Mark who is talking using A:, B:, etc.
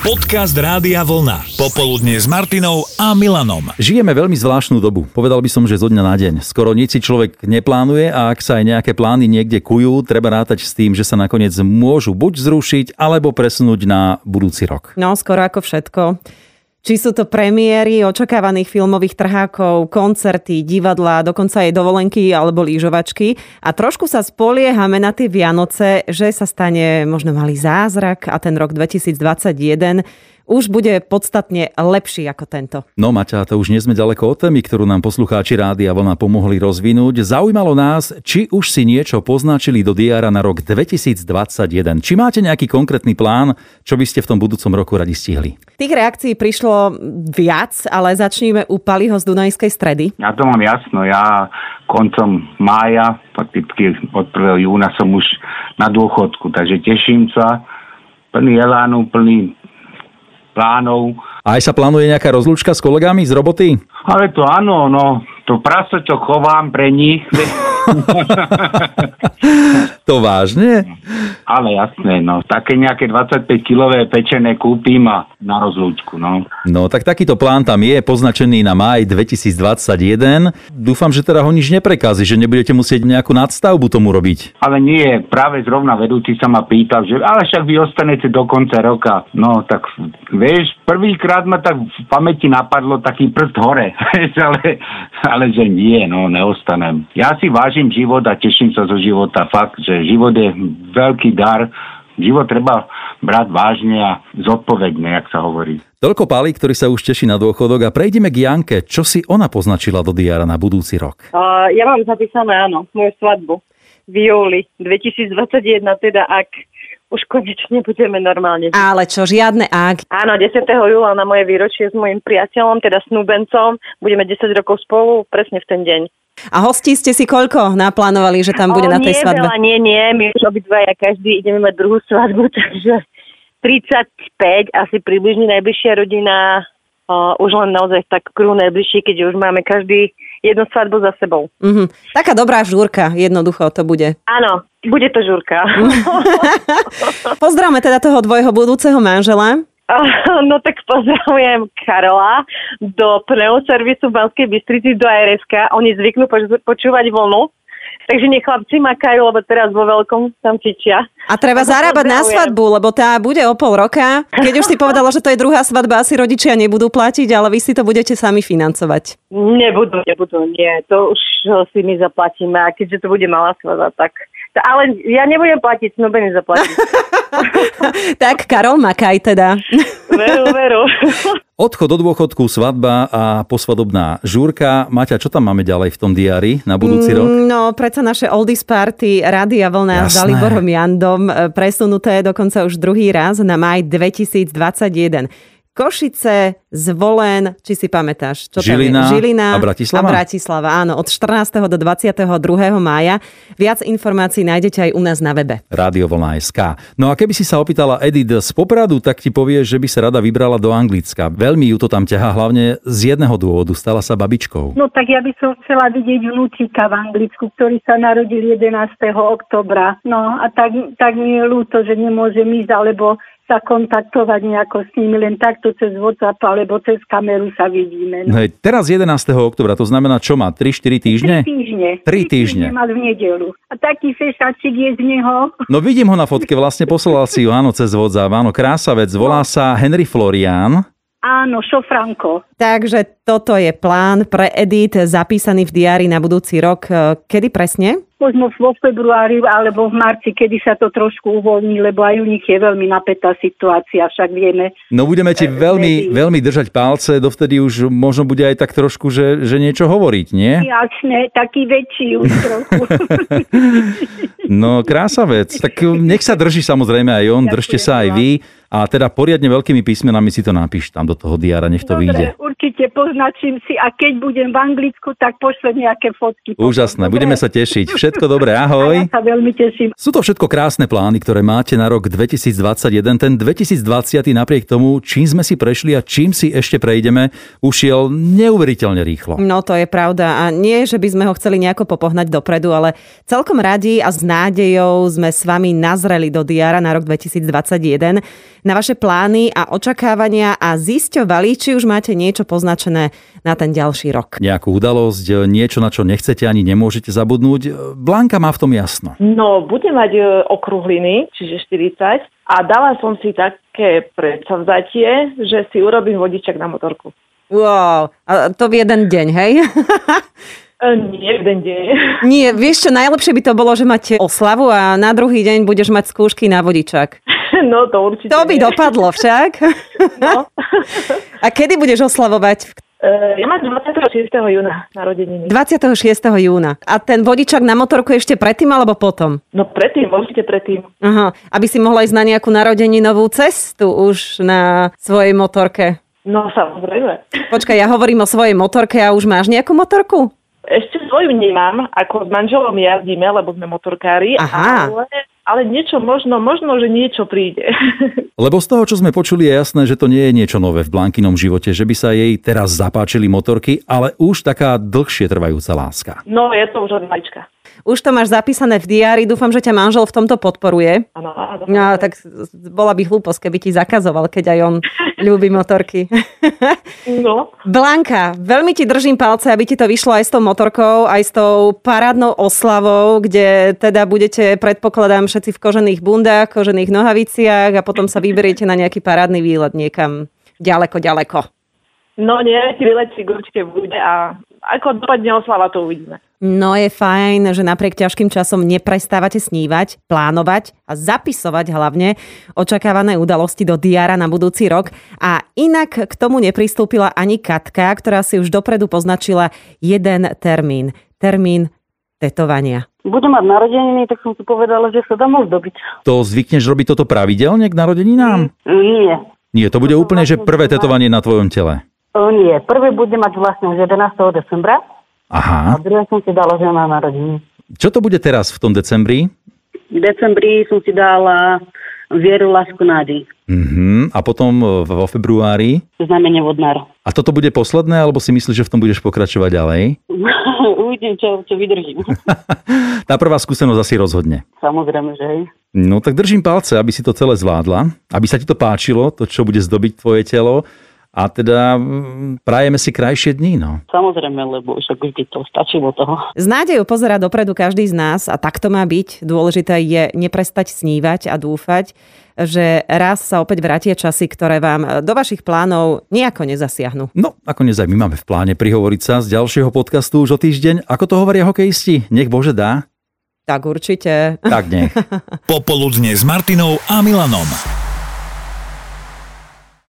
A: Podcast Rádia Vlna. Popoludne s Martinou a Milanom.
B: Žijeme veľmi zvláštnu dobu. Povedal by som, že zo dňa na deň. Skoro nič si človek neplánuje a ak sa aj nejaké plány niekde kujú, treba rátať s tým, že sa nakoniec môžu buď zrušiť, alebo presunúť na budúci rok.
C: No, skoro ako všetko. Či sú to premiéry očakávaných filmových trhákov, koncerty, divadla, dokonca aj dovolenky alebo lyžovačky. A trošku sa spoliehame na tie Vianoce, že sa stane možno malý zázrak a ten rok 2021 už bude podstatne lepší ako tento.
B: No Maťa, to už nie sme ďaleko od témy, ktorú nám poslucháči rádi a vlna pomohli rozvinúť. Zaujímalo nás, či už si niečo poznačili do diára na rok 2021. Či máte nejaký konkrétny plán, čo by ste v tom budúcom roku radi stihli?
C: Tých reakcií prišlo viac, ale začníme u Paliho z Dunajskej stredy.
D: Ja to mám jasno, ja koncom mája, fakticky od 1. júna som už na dôchodku, takže teším sa, plný elánu, plný plánov.
B: Aj sa plánuje nejaká rozlúčka s kolegami z roboty?
D: Ale to áno, no, to prasa, čo chovám pre nich,
B: To vážne?
D: ale jasné, no, také nejaké 25-kilové pečené kúpim a na rozlúčku, no.
B: No tak takýto plán tam je, poznačený na maj 2021. Dúfam, že teda ho nič neprekazí, že nebudete musieť nejakú nadstavbu tomu robiť.
D: Ale nie, práve zrovna vedúci sa ma pýtal, že ale však vy ostanete do konca roka. No tak vieš, prvýkrát ma tak v pamäti napadlo taký prst hore, vieš, ale, ale že nie, no neostanem. Ja si vážim život a teším sa zo života. Fakt, že život je veľký dar, Život treba brať vážne a zodpovedne, jak sa hovorí.
B: Toľko Pali, ktorý sa už teší na dôchodok a prejdeme k Janke, čo si ona poznačila do diára na budúci rok.
E: Uh, ja mám zapísané, áno, moju svadbu v júli 2021, teda ak už konečne budeme normálne. žiť.
C: Ale čo, žiadne ak.
E: Áno, 10. júla na moje výročie s mojim priateľom, teda snúbencom, budeme 10 rokov spolu, presne v ten deň.
C: A hostí ste si koľko naplánovali, že tam bude
E: O,
C: na tej
E: nie,
C: svadbe?
E: Veľa, nie, nie, my už obidvaja každý ideme mať druhú svadbu, takže 35, asi približne najbližšia rodina, uh, už len naozaj tak kruh najbližší, keď už máme každý jednu svadbu za sebou.
C: Mhm. Taká dobrá žúrka, jednoducho to bude.
E: Áno, bude to žurka.
C: Pozdravme teda toho dvojho budúceho manžela.
E: No tak pozdravujem Karola do pneuservisu v Banskej Bystrici do ARSK. Oni zvyknú poč- počúvať vlnu. Takže nech chlapci makajú, lebo teraz vo veľkom tam čičia.
C: A treba zarábať na
E: pozdravujem.
C: svadbu, lebo tá bude o pol roka. Keď už si povedala, že to je druhá svadba, asi rodičia nebudú platiť, ale vy si to budete sami financovať.
E: Nebudú, nebudú, nie. To už eh, si my zaplatíme. A keďže to bude malá svada, tak... T- Ale ja nebudem platiť, snúbení zaplatí.
C: tak Karol Makaj teda.
E: veru, veru.
B: Odchod do dôchodku, svadba a posvadobná žúrka. Maťa, čo tam máme ďalej v tom diári na budúci rok?
C: No, predsa naše oldies party Rádia Vlna
B: Jasné.
C: s Daliborom Jandom e, presunuté dokonca už druhý raz na maj 2021. Košice, Zvolen, či si pamätáš? Čo tam je?
B: Žilina
C: Žilina
B: a Bratislava?
C: A Bratislava, áno, od 14. do 22. mája. Viac informácií nájdete aj u nás na webe.
B: Radiovlna.sk. No a keby si sa opýtala Edith z Popradu, tak ti povie, že by sa rada vybrala do Anglicka. Veľmi ju to tam ťahá, hlavne z jedného dôvodu. Stala sa babičkou.
F: No tak ja by som chcela vidieť vnúčika v Anglicku, ktorý sa narodil 11. oktobra. No a tak, tak mi je ľúto, že nemôžem ísť, alebo sa kontaktovať nejako s nimi, len takto cez WhatsApp alebo cez kameru sa vidíme.
B: No
F: No.
B: hej, teraz 11. oktobra, to znamená čo má? 3-4 týždne?
F: Tri týždne.
B: Tri týždne.
F: mal v nedelu. A taký fešačik je z neho.
B: No vidím ho na fotke, vlastne poslal si ju, áno, cez WhatsApp, áno, krásavec, volá
F: No.
B: sa Henry Florian.
F: Áno, šofranko.
C: Takže toto je plán pre Edit zapísaný v diári na budúci rok. E, Kedy presne?
F: Možno vo februári alebo v marci, kedy sa to trošku uvoľní, lebo aj u nich je veľmi napätá situácia, však vieme,
B: No budeme
F: Eh,
B: ti veľmi, veľmi držať palce, dovtedy už možno bude aj tak trošku, že, že niečo hovoriť, nie?
F: jasné, taký väčší už trochu.
B: No krása vec. Tak nech sa drží samozrejme aj on,
F: no.
B: držte sa aj vy a teda poriadne veľkými písmenami si to napíš tam do toho diára, nech to vyjde.
F: Dobre, určite poznačím si a keď budem v Anglicku, tak pošlem nejaké fotky.
B: Úžasné,
F: Dobre?
B: budeme sa tešiť. Všetko dobré,
F: A ja
B: ahoj.
F: sa veľmi teším.
B: Sú to všetko krásne plány, ktoré máte na rok 2021. Ten 2020 napriek tomu, čím sme si prešli a čím si ešte prejdeme, ušiel neuveriteľne rýchlo.
C: No to je pravda a nie, že by sme ho chceli nejako popohnať dopredu, ale celkom radi a s nádejou sme s vami nazreli do diara na rok 2021 na vaše plány a očakávania a zisťovali, či už máte niečo poznačené na ten ďalší rok.
B: Nejakú udalosť, niečo, na čo nechcete ani nemôžete zabudnúť. Blanka má v tom jasno.
E: No, budem mať e, okrúhliny, čiže 40. A dala som si také predsavzatie, že si urobím vodičak na motorku.
C: Wow, a to v jeden deň, hej?
E: E, nie jeden deň.
C: Nie, vieš čo, najlepšie by to bolo, že máte oslavu a na druhý deň budeš mať skúšky na vodičak.
E: No, to určite
C: To by
E: nie.
C: dopadlo však.
E: No.
C: A kedy budeš oslavovať?
E: E, ja mám 26. júna narodeniny.
C: 26. júna. A ten vodičak na motorku ešte predtým alebo potom?
E: No predtým, určite predtým.
C: Aha, aby si mohla ísť na nejakú narodeninovú cestu už na svojej motorke.
E: No samozrejme.
C: Počkaj, ja hovorím o svojej motorke a už máš nejakú motorku?
E: Ešte svoju nemám, ako s manželom jazdíme, lebo sme motorkári,
C: Aha.
E: ale, ale niečo možno, možno, že niečo príde.
B: Lebo z toho, čo sme počuli, je jasné, že to nie je niečo nové v Blankinom živote, že by sa jej teraz zapáčili motorky, ale už taká dlhšie trvajúca láska.
E: No, je to už od malička.
C: Už to máš zapísané v diári, dúfam, že ťa manžel v tomto podporuje.
E: Áno, áno.
C: No, tak bola by hlúposť, keby ti zakazoval, keď aj on ľúbi motorky.
E: No,
C: Blanka, veľmi ti držím palce, aby ti to vyšlo aj s tou motorkou, aj s tou parádnou oslavou, kde teda budete, predpokladám, všetci v kožených bundách, kožených nohaviciach a potom sa vyberiete na nejaký parádny výlet niekam ďaleko, ďaleko.
E: no nie, výletík určite bude a ako dopadne oslava, to uvidíme.
C: No je fajn, že napriek ťažkým časom neprestávate snívať, plánovať a zapisovať hlavne očakávané udalosti do diára na budúci rok. A inak k tomu nepristúpila ani Katka, ktorá si už dopredu poznačila jeden termín. Termín tetovania.
F: Budem mať narodeniny, tak som si povedala, že sa dám ozdobiť.
B: To zvykneš robiť toto pravidelne k narodeninám?
F: E, Nie.
B: Nie, to bude úplne, že prvé tetovanie na tvojom tele.
F: E, nie. Prvé budem mať vlastne už 11. decembra
B: Aha.
F: druhé som si dala, že mám narodeniny.
B: Čo to bude teraz v tom decembri?
F: V decembri som si dala vieru, lásku, nádej.
B: Mhm. A potom e, vo februári?
F: Znamenie vodnára.
B: A toto bude posledné, alebo si myslíš, že v tom budeš pokračovať ďalej?
F: Uvidím, čo, čo vydržím.
B: Tá prvá skúsenosť asi rozhodne.
F: Samozrejme, že hej.
B: No tak držím palce, aby si to celé zvládla, aby sa ti to páčilo, to, čo bude zdobiť tvoje telo. A teda mm, prajeme si krajšie dní, no.
F: Samozrejme, lebo však vždy to stačilo toho.
C: S nádejou pozera dopredu každý z nás a tak to má byť. Dôležité je neprestať snívať a dúfať, že raz sa opäť vrátia časy, ktoré vám do vašich plánov nejako nezasiahnu.
B: No, nakoniec aj my máme v pláne prihovoriť sa z ďalšieho podcastu už o týždeň. Ako to hovoria hokejisti? Nech Bože dá.
C: Tak určite.
B: Tak nech.
A: Popoludne s Martinou a Milanom.